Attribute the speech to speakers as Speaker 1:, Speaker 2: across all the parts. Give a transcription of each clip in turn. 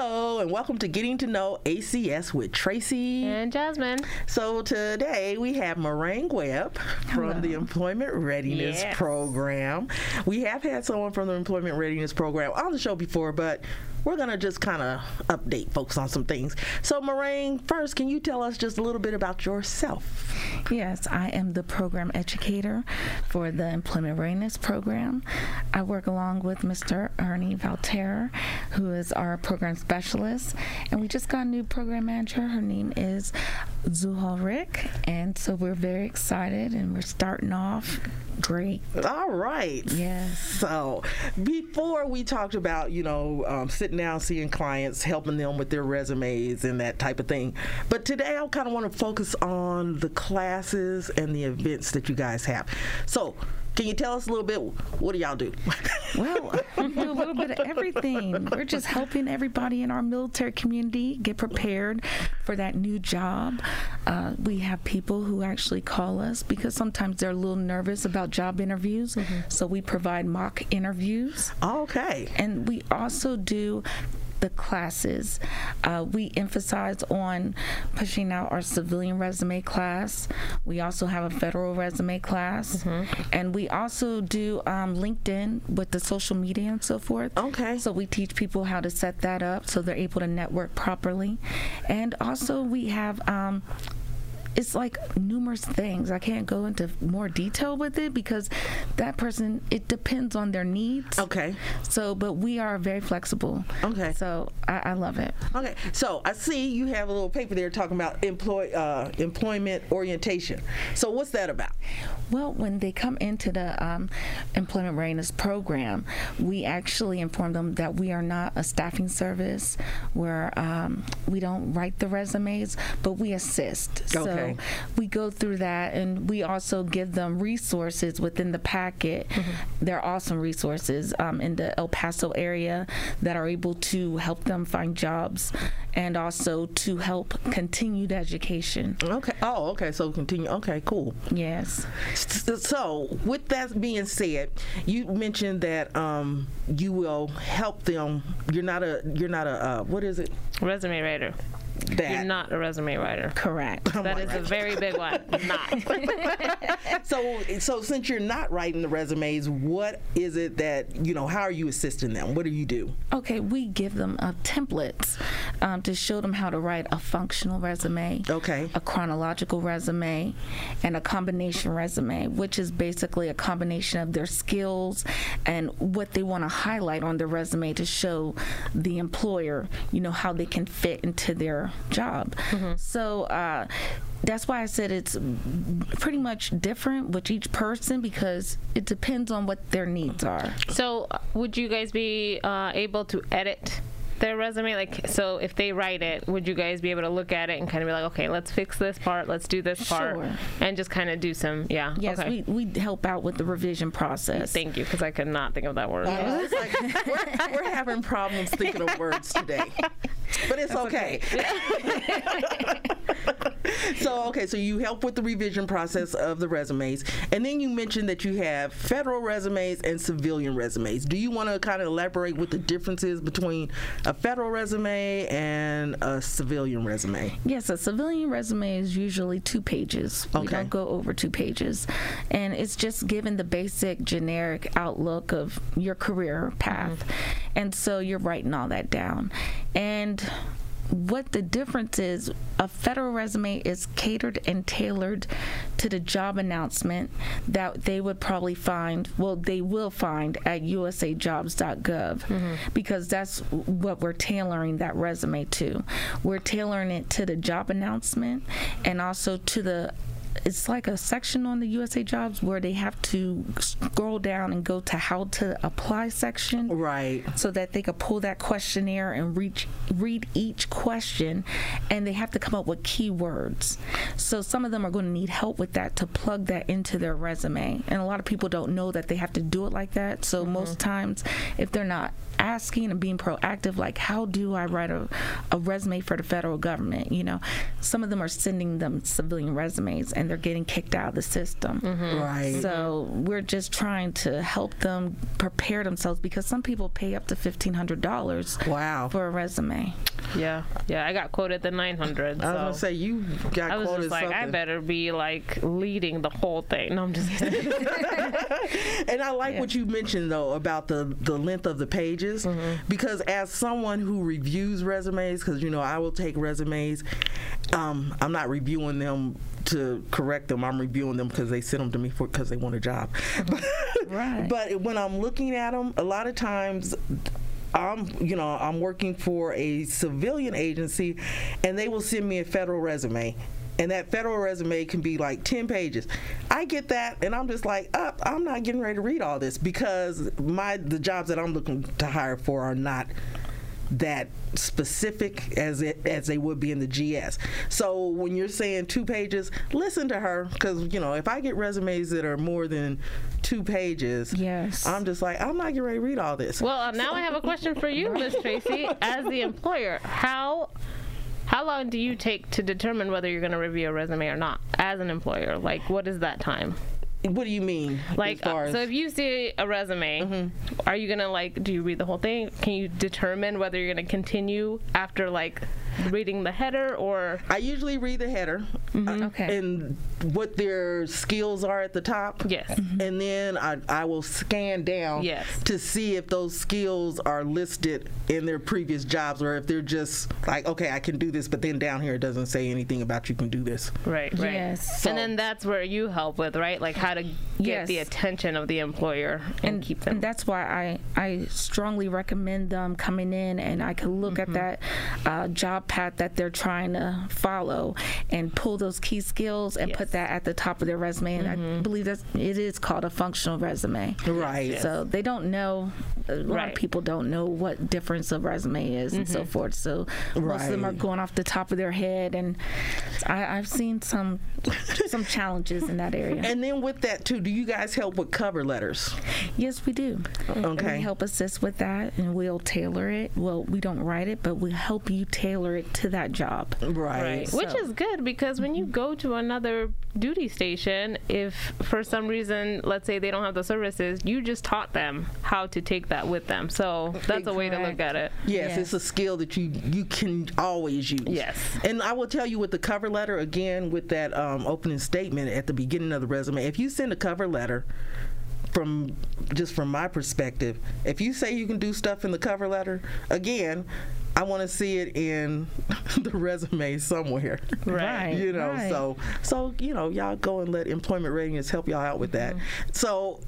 Speaker 1: welcome to Getting to Know ACS with Tracy.
Speaker 2: And Jasmine.
Speaker 1: So today we have Moraine Webb from the Employment Readiness
Speaker 2: Yes.
Speaker 1: Program. We have had someone from the Employment Readiness Program on the show before, but we're going to just kind of update folks on some things. So, Moraine, first, can you tell us just a little bit about yourself?
Speaker 3: Yes, I am the program educator for the Employment Readiness Program. I work along with Mr. Ernie Valterra, who is our program specialist, and we just got a new program manager. Her name is Zuhal Rick, and so we're very excited, and we're starting off great.
Speaker 1: All right.
Speaker 3: Yes.
Speaker 1: So, before we talked about, you know, um, sitting down, seeing clients, helping them with their resumes and that type of thing. But today I kind of want to focus on the classes and the events that you guys have. So, can you tell us a little bit? What do y'all do?
Speaker 3: Well, we do a little bit of everything. We're just helping everybody in our military community get prepared for that new job. Uh, we have people who actually call us because sometimes they're a little nervous about job interviews, so we provide mock interviews.
Speaker 1: okay.
Speaker 3: And we also do the classes. Uh, we emphasize on pushing out our civilian resume class. We also have a federal resume class.
Speaker 1: Mm-hmm.
Speaker 3: And we also do um, LinkedIn with the social media and so forth.
Speaker 1: Okay.
Speaker 3: So we teach people how to set that up so they're able to network properly. And also, we have. Um, it's like numerous things. I can't go into more detail with it because that person, it depends on their needs.
Speaker 1: Okay.
Speaker 3: So, but we are very flexible.
Speaker 1: Okay.
Speaker 3: So I, I love it.
Speaker 1: Okay, so I see you have a little paper there talking about employ uh, employment orientation. So what's that about?
Speaker 3: Well, when they come into the um, employment readiness program, we actually inform them that we are not a staffing service where um, we don't write the resumes, but we assist.
Speaker 1: Okay.
Speaker 3: So we go through that and we also give them resources within the packet. There are awesome resources um, in the El Paso area that are able to help them find jobs and also to help continued education.
Speaker 1: Okay. Oh, okay. So continue. Okay, cool.
Speaker 3: Yes.
Speaker 1: So, with that being said, you mentioned that um, you will help them. You're not a. You're not a. Uh, what is it?
Speaker 2: Resume writer.
Speaker 1: That.
Speaker 2: You're not a resume writer.
Speaker 3: Correct.
Speaker 2: That is a very big one. Not.
Speaker 1: So, so since you're not writing the resumes, what is it that you know? How are you assisting them? What do you do?
Speaker 3: Okay, we give them uh, templates um, to show them how to write a functional resume,
Speaker 1: Okay.
Speaker 3: a chronological resume, and a combination resume, which is basically a combination of their skills and what they want to highlight on their resume to show the employer, you know, how they can fit into their job. So. Uh, that's why I said it's pretty much different with each person because it depends on what their needs are.
Speaker 2: So, uh, would you guys be uh, able to edit their resume? Like, so if they write it, would you guys be able to look at it and kind of be like, okay, let's fix this part, let's do this part,
Speaker 3: Sure.
Speaker 2: and just kind of do some, yeah.
Speaker 3: Yes,
Speaker 2: okay.
Speaker 3: we, we help out with the revision process.
Speaker 2: Thank you, because I could not think of that word.
Speaker 1: I was like, we're, we're having problems thinking of words today, but it's okay. so, okay, so you help with the revision process of the resumes, and then you mentioned that you have federal resumes and civilian resumes. Do you want to kind of elaborate what the difference is between a federal resume and a civilian resume?
Speaker 3: Yes, a civilian resume is usually two pages. We
Speaker 1: Okay.
Speaker 3: don't go over two pages. And it's just given the basic generic outlook of your career path. And so you're writing all that down. And what the difference is a federal resume is catered and tailored to the job announcement that they would probably find well they will find at usajobs.gov because that's what we're tailoring that resume to we're tailoring it to the job announcement and also to the it's like a section on the USA Jobs where they have to scroll down and go to how to apply section
Speaker 1: Right.
Speaker 3: so that they could pull that questionnaire and reach read each question and they have to come up with keywords so some of them are going to need help with that to plug that into their resume and a lot of people don't know that they have to do it like that so most times if they're not asking and being proactive like how do i write a, a resume for the federal government you know some of them are sending them civilian resumes and and they're getting kicked out of the system.
Speaker 1: Right.
Speaker 3: So we're just trying to help them prepare themselves because some people pay up to fifteen hundred dollars
Speaker 1: wow.
Speaker 3: for a resume.
Speaker 2: Yeah, yeah. I got quoted the 900.
Speaker 1: I was gonna
Speaker 2: so.
Speaker 1: say you got
Speaker 2: I was
Speaker 1: quoted
Speaker 2: just like,
Speaker 1: something.
Speaker 2: I better be like leading the whole thing. No, I'm just kidding.
Speaker 1: And I like what you mentioned though about the the length of the pages because as someone who reviews resumes cuz you know I will take resumes um, I'm not reviewing them to correct them. I'm reviewing them because they sent them to me for because they want a job.
Speaker 3: Right.
Speaker 1: But when I'm looking at them, a lot of times I'm, you know, I'm working for a civilian agency and they will send me a federal resume. And that federal resume can be like 10 pages. I get that and I'm just like, up, I'm not getting ready to read all this because my the jobs that I'm looking to hire for are not that specific as it as they would be in the GS. So when you're saying two pages, listen to her because you know if I get resumes that are more than two pages,
Speaker 3: Yes.
Speaker 1: I'm just like I'm not getting ready to read all this.
Speaker 2: well, uh, now I have a question for you, Miss Tracy, as the employer. How how long do you take to determine whether you're going to review a resume or not as an employer? Like, what is that time?
Speaker 1: what do you mean?
Speaker 2: Like,
Speaker 1: as far
Speaker 2: uh,
Speaker 1: as, Mm-hmm.
Speaker 2: so if you see a resume, are you gonna like? Do you read the whole thing? Can you determine whether you're gonna continue after like reading the header or?
Speaker 1: I usually read the header
Speaker 2: Mm-hmm.
Speaker 1: uh,
Speaker 3: Okay.
Speaker 1: and what their skills are at the top. Mm-hmm.
Speaker 2: Yes.
Speaker 1: And then I, I will scan down
Speaker 2: Yes.
Speaker 1: to see if those skills are listed in their previous jobs or if they're just like, okay, I can do this, but then down here it doesn't say anything about you can do this.
Speaker 2: Right, right.
Speaker 3: Yes.
Speaker 2: and then that's where you help with, right? Like how to get
Speaker 3: Yes.
Speaker 2: the attention of the employer and, keep them.
Speaker 3: And that's why I, I strongly recommend them coming in and I can look
Speaker 2: Mm-hmm.
Speaker 3: at that uh, job path that they're trying to follow and pull those key skills and put that at the top of their resume. And
Speaker 2: Mm-hmm.
Speaker 3: I believe that it is called a functional resume.
Speaker 1: Right.
Speaker 3: So they don't know. A lot
Speaker 2: Right. Mm-hmm.
Speaker 3: of people don't know what difference of resume is and so forth. So most of them are
Speaker 1: Right.
Speaker 3: going off the top of their head, and I, I've seen some some challenges in that area.
Speaker 1: And then with that too, do you guys help with cover letters?
Speaker 3: Yes, we do.
Speaker 1: Okay.
Speaker 3: We help assist with that and we'll tailor it. Well, we don't write it, but we help you tailor it to that job.
Speaker 2: Right. Which
Speaker 3: So- Mm-hmm.
Speaker 2: is good because when you go to another duty station, if for some reason, let's say they don't have the services, you just taught them how to take that with them. So that's a way to look at
Speaker 3: Correct.
Speaker 2: it.
Speaker 1: Yes,
Speaker 3: Yes.
Speaker 1: it's a skill that you you can always use.
Speaker 2: Yes.
Speaker 1: and I will tell you with the cover letter again with that um, opening statement at the beginning of the resume. If you send a cover letter, from just from my perspective, if you say you can do stuff in the cover letter, again, I want to see it in the resume somewhere.
Speaker 2: Right.
Speaker 1: you know,
Speaker 3: right.
Speaker 1: so so you know, y'all go and let employment ratings help y'all out with that.
Speaker 3: Mm-hmm.
Speaker 1: So.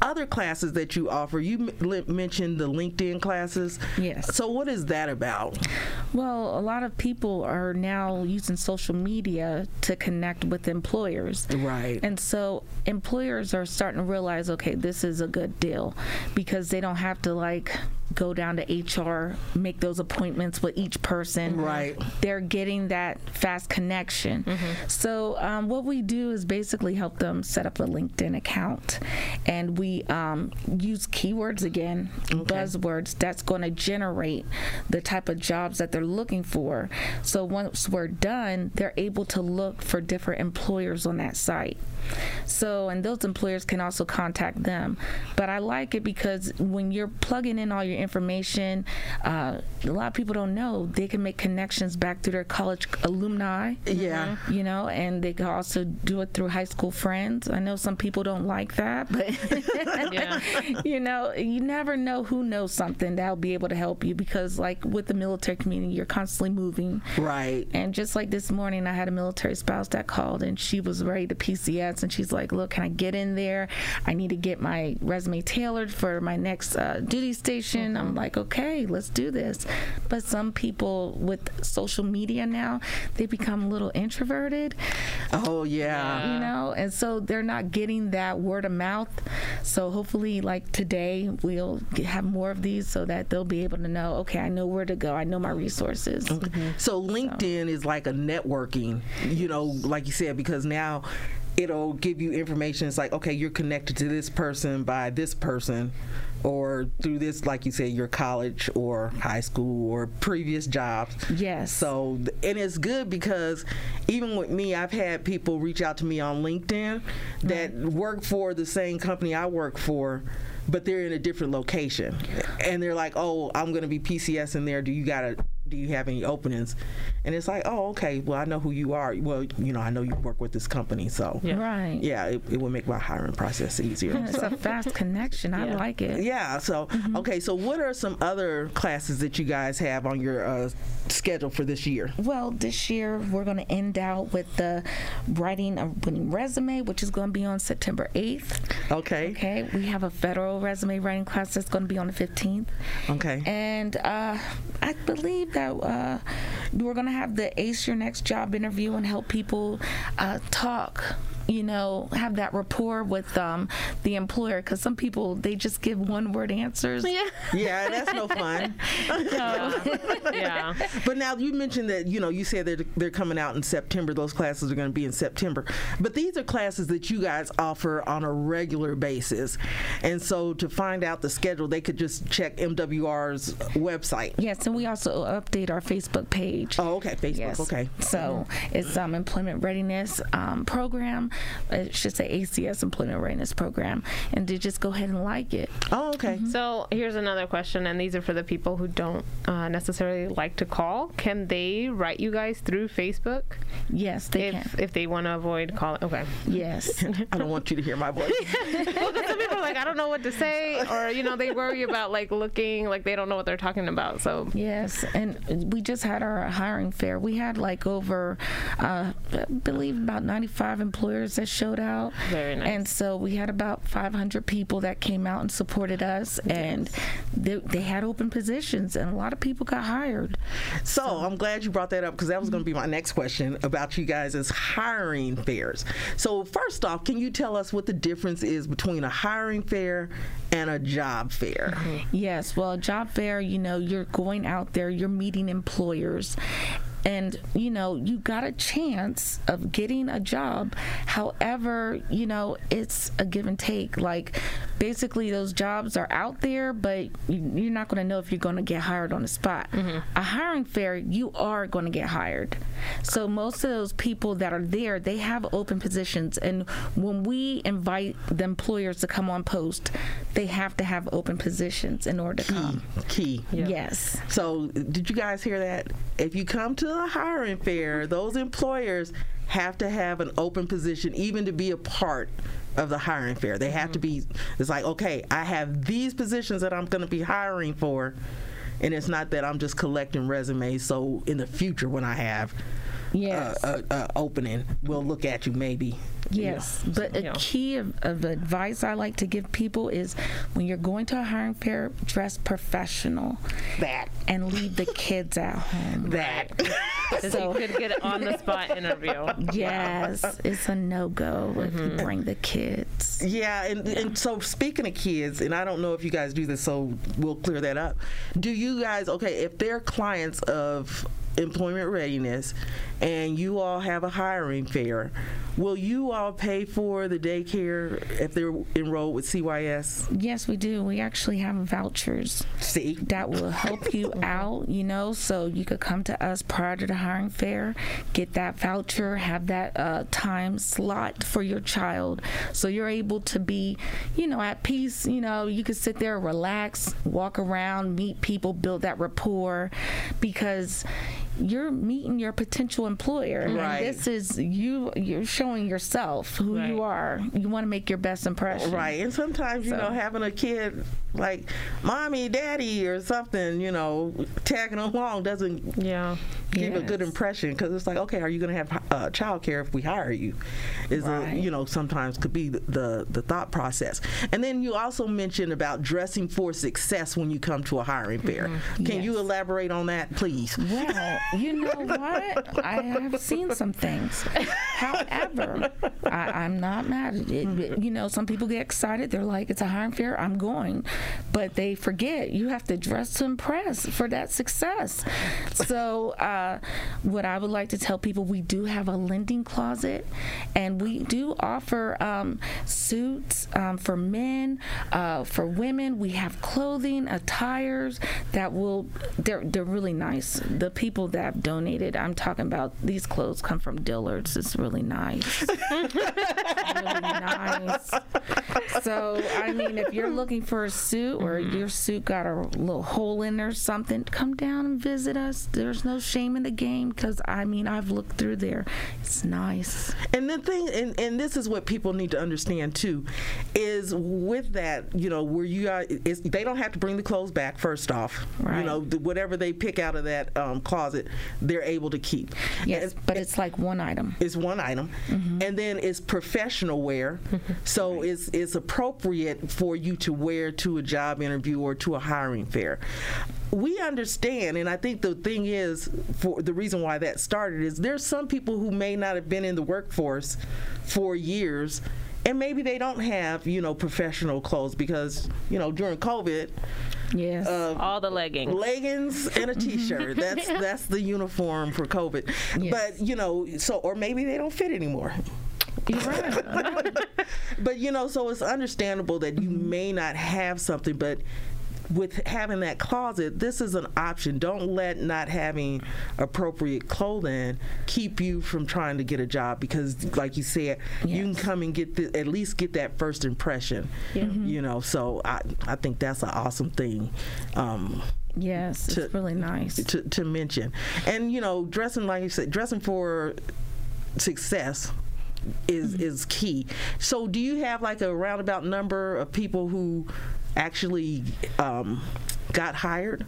Speaker 1: Other classes that you offer, you m- li- mentioned the LinkedIn classes.
Speaker 3: Yes.
Speaker 1: So what is that about?
Speaker 3: Well, a lot of people are now using social media to connect with employers.
Speaker 1: Right.
Speaker 3: And so employers are starting to realize, okay, this is a good deal because they don't have to like go down to HR, make those appointments with each person.
Speaker 1: Right.
Speaker 3: They're getting that fast connection. So um, what we do is basically help them set up a LinkedIn account, and we um, use keywords again, buzzwords that's going to generate the type of jobs that they're looking for. So once we're done, they're able to look for different employers on that site. So, and those employers can also contact them. But I like it because when you're plugging in all your information, uh, a lot of people don't know they can make connections back through their college alumni.
Speaker 1: Yeah.
Speaker 3: You know, and they can also do it through high school friends. I know some people don't like that, but
Speaker 2: Yeah.
Speaker 3: you know, you never know who knows something that'll be able to help you because, like with the military community, you're constantly moving.
Speaker 1: Right.
Speaker 3: And just like this morning, I had a military spouse that called and she was ready to PCS. And she's like, Look, can I get in there? I need to get my resume tailored for my next uh, duty station. I'm like, Okay, let's do this. But some people with social media now, they become a little introverted,
Speaker 1: Oh yeah.
Speaker 3: you know, and so they're not getting that word of mouth. So hopefully, like today, we'll g- have more of these so that they'll be able to know, Okay, I know where to go, I know my resources.
Speaker 1: So LinkedIn is like a networking, you know, like you said, because now it'll give you information. It's like, okay, you're connected to this person by this person, or through this, like you said, your college or high school or previous jobs.
Speaker 3: Yes.
Speaker 1: So, and it's good because even with me, I've had people reach out to me on LinkedIn that work for the same company I work for, but they're in a different location. And they're like, oh, I'm going to be PCS in there. Do you got to? do you have any openings? And it's like, oh, okay, well, I know who you are. Well, you know, I know you work with this company, so
Speaker 2: Yeah.
Speaker 3: Right.
Speaker 1: yeah, it, it will make my hiring process easier.
Speaker 3: It's a fast connection. I
Speaker 2: Yeah.
Speaker 3: like it.
Speaker 1: yeah, so okay, so what are some other classes that you guys have on your uh, schedule for this year?
Speaker 3: Well, this year we're going to end out with the writing a winning resume, which is going to be on September 8th.
Speaker 1: Okay, okay,
Speaker 3: Okay, we have a federal resume writing class that's going to be on the 15th. And uh, I believe that uh, we're going to have the Ace Your Next Job interview and help people uh, talk. You know, have that rapport with um, the employer because some people they just give one word answers.
Speaker 2: Yeah.
Speaker 1: yeah, that's no fun.
Speaker 2: yeah.
Speaker 1: But now you mentioned that you know you said they're they're coming out in September. Those classes are going to be in September. But these are classes that you guys offer on a regular basis, and so to find out the schedule, they could just check MWR's website.
Speaker 3: Yes, and we also update our Facebook page.
Speaker 1: Oh, okay, Facebook.
Speaker 3: Yes.
Speaker 1: Okay.
Speaker 3: So it's um, employment readiness um, program. It should say ACS employment readiness program, and to just go ahead and like it.
Speaker 1: Oh, okay.
Speaker 2: So here's another question, and these are for the people who don't uh, necessarily like to call. Can they write you guys through Facebook
Speaker 3: Yes, they
Speaker 2: if
Speaker 3: can.
Speaker 2: if they want to avoid calling? Okay.
Speaker 3: Yes.
Speaker 1: I don't want you to hear my voice.
Speaker 2: Well, 'cause some people are like I don't know what to say, or you know they worry about like looking like they don't know what they're talking about. So
Speaker 3: Yes, and we just had our hiring fair. We had like over, uh, I believe, about 95 employers that showed out.
Speaker 2: Very nice.
Speaker 3: And so we had about 500 people that came out and supported us, and they, they had open positions, and a lot of people got hired.
Speaker 1: So I'm glad you brought that up because that was going to be my next question about you guys as hiring fairs. So first off, can you tell us what the difference is between a hiring fair and a job fair?
Speaker 3: Yes, well, job fair, you know, you're going out there, you're meeting employers. And you know you got a chance of getting a job. However, you know it's a give and take. Like basically, those jobs are out there, but you- you're not going to know if you're going to get hired on the spot. A hiring fair, you are going to get hired. So most of those people that are there, they have open positions, and when we invite the employers to come on post, they have to have open positions in order to come.
Speaker 1: Key.
Speaker 3: Yes.
Speaker 1: So did you guys hear that? If you come to a hiring fair, those employers have to have an open position even to be a part of the hiring fair. They have to be it's like, okay, I have these positions that I'm going to be hiring for. And it's not that I'm just collecting resumes so in the future when I have
Speaker 3: Yes.
Speaker 1: a, a, a opening, we'll look at you maybe.
Speaker 3: Yes, but a
Speaker 2: Yeah.
Speaker 3: key of, of advice I like to give people is when you're going to a hiring fair, dress professional
Speaker 1: That
Speaker 3: and leave the kids at home.
Speaker 1: that.
Speaker 2: because you could get an on the spot interview.
Speaker 3: Yes, it's a no go if you bring the kids.
Speaker 1: Yeah, and, and so speaking of kids, and I don't know if you guys do this, so we'll clear that up. Do you guys, okay, if they're clients of employment readiness and you all have a hiring fair, will you all pay for the daycare if they're enrolled with CYS?
Speaker 3: Yes, we do. We actually have vouchers.
Speaker 1: See?
Speaker 3: that will help you out, you know, so you could come to us prior to the hiring fair, get that voucher, have that uh, time slot for your child. So you're able to be, you know, at peace, you know, you could sit there, relax, walk around, meet people, build that rapport because you're meeting your potential employer.
Speaker 1: Right.
Speaker 3: And this is you, you're showing yourself who
Speaker 2: Right.
Speaker 3: you are. You want to make your best impression.
Speaker 1: Right. And sometimes, you know, having a kid like mommy, daddy, or something, you know, tagging along doesn't
Speaker 2: Yeah.
Speaker 1: give a good
Speaker 3: Yes.
Speaker 1: impression because it's like, okay, are you going to have uh, child care if we hire you? Is a,
Speaker 3: Right.
Speaker 1: you know sometimes could be the, the the thought process. And then you also mentioned about dressing for success when you come to a hiring fair. Can you
Speaker 3: Mm-hmm. Yes. Mm-hmm.
Speaker 1: elaborate on that, please?
Speaker 3: Well, you know what? I have seen some things. However, I, I'm not mad at it. But, You know, some people get excited. They're like, it's a high and fair, I'm going. But they forget you have to dress to impress for that success. So, uh, what I would like to tell people we do have a lending closet and we do offer um, suits um, for men, uh, for women. We have clothing, attires that will, they're, they're really nice. The people that have donated, I'm talking about these clothes come from Dillard's. It's really nice. really nice. So, I mean, if you're looking for a suit or
Speaker 1: Mm-hmm.
Speaker 3: your suit got a little hole in there or something, come down and visit us. There's no shame in the game because, I mean, I've looked through there. It's nice.
Speaker 1: And the thing, and, and this is what people need to understand too, is with that, you know, where you are, it's, they don't have to bring the clothes back. First off, you
Speaker 3: Right.
Speaker 1: know, the, whatever they pick out of that um, closet, they're able to keep.
Speaker 3: Yes,
Speaker 1: And-
Speaker 3: but it's like one item.
Speaker 1: is one item, and then it's professional wear. so it's it's appropriate for you to wear to a job interview or to a hiring fair. We understand, and I think the thing is, for the reason why that started is there's some people who may not have been in the workforce for years. And maybe they don't have, you know, professional clothes because, you know, during COVID,
Speaker 3: Yes.
Speaker 1: uh,
Speaker 2: All the leggings.
Speaker 1: leggings and a t-shirt that's that's the uniform for covid
Speaker 3: Yes.
Speaker 1: but you know so or maybe they don't fit anymore
Speaker 3: You're right.
Speaker 1: but you know so it's understandable that you
Speaker 3: Mm-hmm.
Speaker 1: may not have something but with having that closet this is an option don't let not having appropriate clothing keep you from trying to get a job because like you said you can
Speaker 3: Yes.
Speaker 1: come and get the, at least get that first impression
Speaker 3: Mm-hmm.
Speaker 1: you know so i i think that's an awesome thing um
Speaker 3: yes,
Speaker 1: To-
Speaker 3: it's really nice.
Speaker 1: to, to mention. And you know, dressing like you said, dressing for success is is key. So, do you have like a roundabout number of people who actually um, got hired?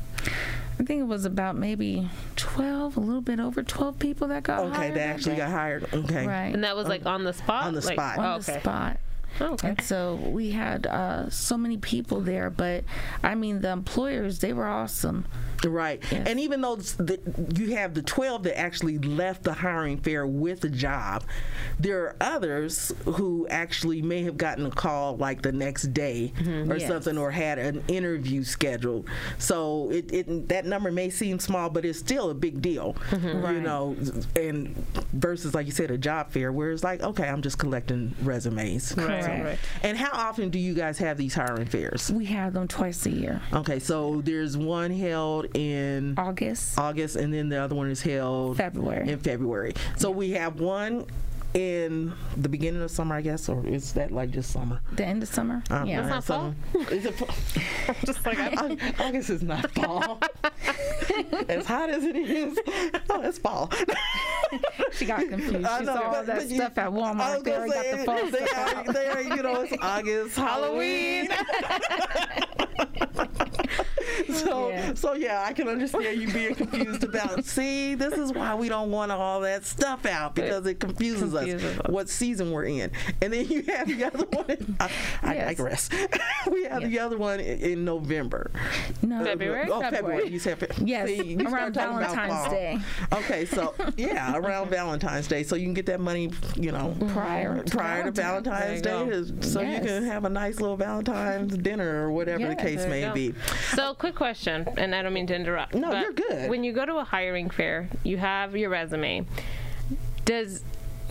Speaker 3: I think it was about maybe 12, a little bit over 12 people that got
Speaker 1: Okay,
Speaker 3: hired
Speaker 1: they
Speaker 3: that
Speaker 1: actually
Speaker 3: day.
Speaker 1: got hired. Okay,
Speaker 3: Right.
Speaker 2: And that was like on the spot?
Speaker 1: on the
Speaker 2: Like-
Speaker 1: spot.
Speaker 3: on
Speaker 2: oh,
Speaker 3: the
Speaker 2: okay.
Speaker 3: spot.
Speaker 2: Okay.
Speaker 3: And so we had uh, so many people there, but I mean, the employers, they were awesome.
Speaker 1: right.
Speaker 3: Yes.
Speaker 1: And even though s- the, you have the twelve that actually left the hiring fair with a job, there are others who actually may have gotten a call like the next day or
Speaker 3: Mm-hmm. Yes.
Speaker 1: something, or had an interview scheduled. So it, it that number may seem small, but it's still a big deal, you
Speaker 3: Mm-hmm. Right.
Speaker 1: know. And versus like you said, a job fair where it's like, okay, I'm just collecting resumes.
Speaker 2: Right,
Speaker 3: Correct.
Speaker 2: right.
Speaker 1: And how often do you guys have these hiring fairs?
Speaker 3: We had them twice a year
Speaker 1: Okay, so there's one held in
Speaker 3: August,
Speaker 1: August, and then the other one is held
Speaker 3: February.
Speaker 1: in February. So we have one in the beginning of summer, I guess, or is that like just summer?
Speaker 3: the end of summer.
Speaker 1: Um,
Speaker 3: yeah.
Speaker 2: not fall?
Speaker 1: summer. Is it fall?
Speaker 2: Just like, I-
Speaker 1: Au- August is not fall. as hot as it is, oh, it's fall.
Speaker 3: She got confused.
Speaker 1: I
Speaker 3: She Oh,
Speaker 1: know,
Speaker 3: saw all
Speaker 1: but-
Speaker 3: that
Speaker 1: but you-
Speaker 3: stuff at
Speaker 1: I was
Speaker 3: Walmart. They
Speaker 1: gonna
Speaker 3: already got
Speaker 1: say,
Speaker 3: the false
Speaker 1: they are, they are, you know, it's August, Halloween. so,
Speaker 3: Yeah.
Speaker 1: so yeah, I can understand you being confused about. See, this is why we don't want all that stuff out because it confuses,
Speaker 2: Confuses
Speaker 1: us
Speaker 2: us.
Speaker 1: what season we're in. And then you have the other one. In, I, I
Speaker 3: Yes.
Speaker 1: digress. we have the other one in, in November.
Speaker 3: No.
Speaker 2: February?
Speaker 1: Oh, February.
Speaker 2: February.
Speaker 1: You said Fe-
Speaker 3: Yes,
Speaker 1: See, you start
Speaker 3: around
Speaker 1: talking about
Speaker 3: Valentine's
Speaker 1: fall.
Speaker 3: Day.
Speaker 1: Okay, so yeah, around Valentine's Day, so you can get that money, you know,
Speaker 3: Prior to
Speaker 1: prior to Valentine's
Speaker 2: Valentine's.
Speaker 1: Day,
Speaker 2: There you
Speaker 1: is- so you can
Speaker 3: Yes.
Speaker 1: have a nice little Valentine's dinner or whatever the
Speaker 3: Yeah,
Speaker 1: case
Speaker 3: there
Speaker 1: may
Speaker 2: you go.
Speaker 1: be.
Speaker 2: So, quick question, and I don't mean to interrupt.
Speaker 1: No,
Speaker 2: but
Speaker 1: you're good.
Speaker 2: When you go to a hiring fair, you have your resume. Does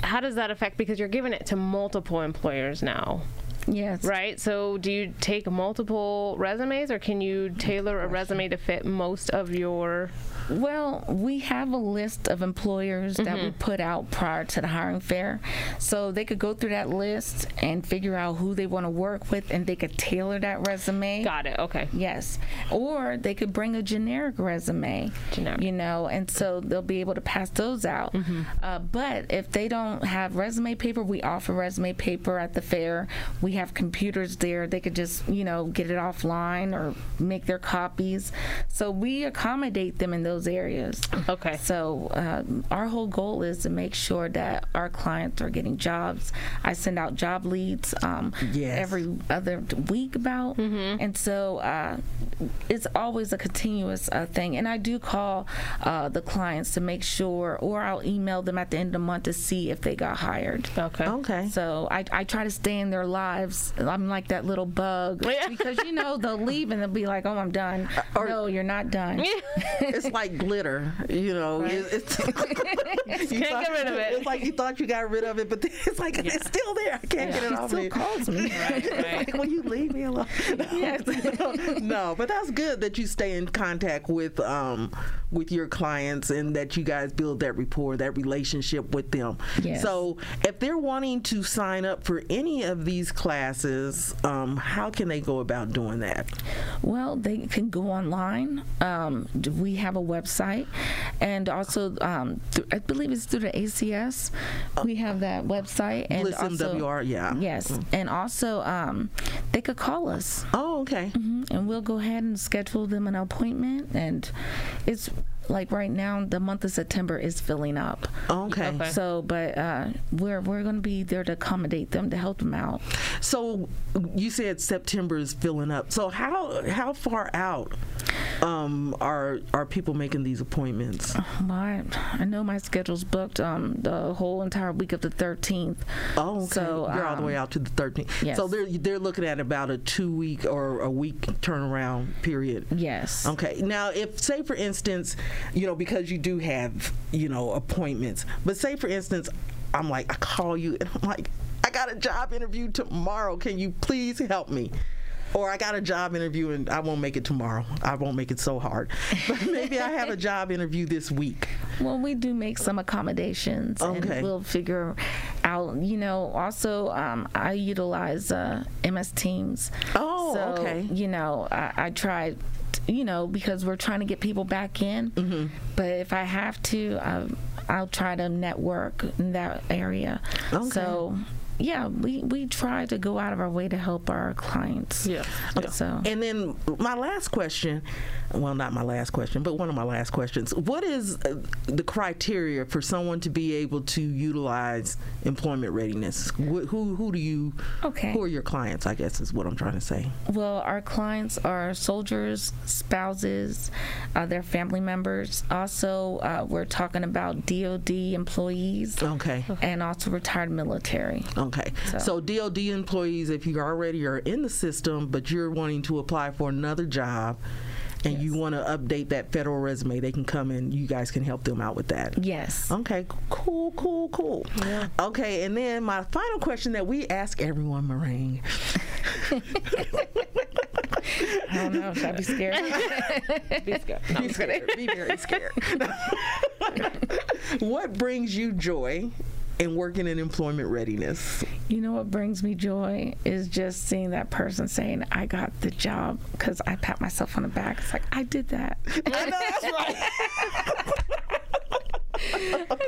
Speaker 2: how does that affect because you're giving it to multiple employers now,
Speaker 3: Yes.
Speaker 2: right? So, do you take multiple resumes, or can you tailor a resume to fit most of your?
Speaker 3: Well, we have a list of employers that we put out prior to the hiring fair. So they could go through that list and figure out who they want to work with and they could tailor that resume.
Speaker 2: Got it. Okay.
Speaker 3: Yes. Or they could bring a generic resume,
Speaker 2: Generic. Mm-hmm.
Speaker 3: you know, and so they'll be able to pass those out. Uh, but if they don't have resume paper, we offer resume paper at the fair. We we have computers there. They could just, you know, get it offline or make their copies. So we accommodate them in those areas.
Speaker 2: Okay.
Speaker 3: So um, our whole goal is to make sure that our clients are getting jobs. I send out job leads um,
Speaker 1: Yes.
Speaker 3: every other week about, and so uh, it's always a continuous uh, thing. And I do call uh, the clients to make sure, or I'll email them at the end of the month to see if they got hired.
Speaker 2: Okay.
Speaker 1: Okay.
Speaker 3: So I, I try to stay in their lives. I'm like that little bug
Speaker 2: Yeah.
Speaker 3: because you know they'll leave and they'll be like, "Oh, I'm done."
Speaker 1: or-
Speaker 3: no, you're not done.
Speaker 1: it's like glitter, you know. It's, you
Speaker 2: get
Speaker 1: thought-
Speaker 2: rid of it.
Speaker 1: It's like you thought you got rid of it, but then it's like it's still there. I can't get it
Speaker 3: She
Speaker 1: off
Speaker 3: still
Speaker 1: me.
Speaker 3: calls me.
Speaker 2: Right, right.
Speaker 1: Like, will you leave me alone? No, no, but that's good that you stay in contact with um with your clients and that you guys build that rapport, that relationship with them.
Speaker 3: Yes.
Speaker 1: So if they're wanting to sign up for any of these classes, um, how can they go about doing that?
Speaker 3: Well, they can go online. Um, d- we have a website, and also um, th- I believe it's through the ACS. We have that website and
Speaker 1: Bliss
Speaker 3: also
Speaker 1: MWR, yeah. Mm.
Speaker 3: Yes, and also um, they could call us,
Speaker 1: Oh, okay.
Speaker 3: mhm, and we'll go ahead and schedule them an appointment. And it's like right now, the month of September is filling up.
Speaker 1: Okay.
Speaker 2: Okay.
Speaker 3: So, but uh, we're we're going to be there to accommodate them to help them out.
Speaker 1: So you said September is filling up. So how how far out um, are are people making these appointments?
Speaker 3: My, I know my schedule's booked um the whole entire week of the 13th.
Speaker 1: Oh, okay.
Speaker 3: So,
Speaker 1: You're all the
Speaker 3: um,
Speaker 1: way out to the 13th.
Speaker 3: yes.
Speaker 1: So they're they're looking at about a two week or a week turnaround period.
Speaker 3: Yes.
Speaker 1: Okay. Now, if say for instance, you know, because you do have you know appointments, but say for instance, I'm like I call you and I'm like I got a job interview tomorrow. Can you please help me? Or I got a job interview and I won't make it tomorrow. I won't make it so hard. But maybe I have a job interview this week.
Speaker 3: Well, we do make some accommodations,
Speaker 1: Okay.
Speaker 3: and we'll figure out. You know, also um, I utilize uh, MS Teams.
Speaker 1: Oh,
Speaker 3: so,
Speaker 1: okay.
Speaker 3: You know, I, I try. t- You know, because we're trying to get people back in. Mm-hmm. But if I have to, um, I'll try to network in that area.
Speaker 1: Okay.
Speaker 3: So, yeah, we we try to go out of our way to help our clients.
Speaker 2: Yeah.
Speaker 3: So.
Speaker 1: And then my last question, well, not my last question, but one of my last questions. What is uh, the criteria for someone to be able to utilize employment readiness? Wh- Who who do you?
Speaker 3: Okay.
Speaker 1: Who are your clients? I guess is what I'm trying to say.
Speaker 3: Well, our clients are soldiers, spouses, uh, their family members. Also, uh, we're talking about DOD employees
Speaker 1: Okay.
Speaker 3: and also retired military.
Speaker 1: Okay. So. DOD employees, if you already are in the system, but you're wanting to apply for another job. And you want to update that federal resume, they can come and you guys can help them out with that.
Speaker 3: Yes.
Speaker 1: Okay, cool, cool, cool. Okay, and then my final question that we ask everyone, Meringue.
Speaker 3: I don't know. Should I be scared?
Speaker 1: Be scared. Be very scared. what brings you joy in working in employment readiness?
Speaker 3: you know what brings me joy is just seeing that person saying, I got the job because I pat myself on the back. It's like, I did that.
Speaker 1: I know that's right.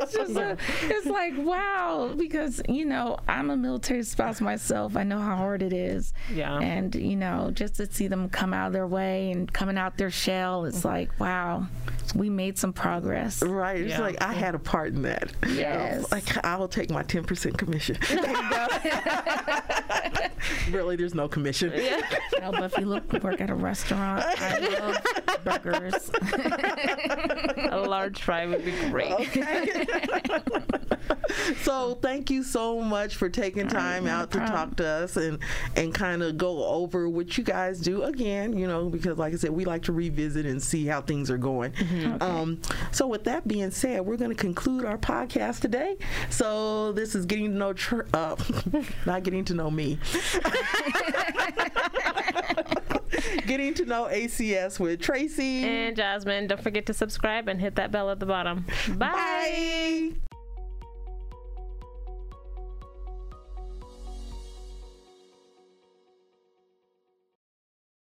Speaker 3: it's just a, it's like wow because you know i'm a military spouse myself i know how hard it is
Speaker 2: Yeah.
Speaker 3: and you know just to see them come out of their way and coming out their shell it's like wow we made some progress
Speaker 1: Right. It's
Speaker 2: Yeah.
Speaker 1: like I had a part in that.
Speaker 3: Yes.
Speaker 1: Like I will take my ten percent commission. really, there's no commission.
Speaker 3: no, but if you look work at a restaurant i love burgers
Speaker 2: A large fry would be great.
Speaker 1: So thank you so much for taking time out to talk to us and and kind of go over what you guys do again. You know, because like I said, we like to revisit and see how things are going. Um, so with that being said, we're going to conclude our podcast today. So this is getting to know, tr- uh, not getting to know me. Getting to know ACS with Tracy.
Speaker 2: And Jasmine, don't forget to subscribe and hit that bell at the bottom. Bye.
Speaker 1: Bye.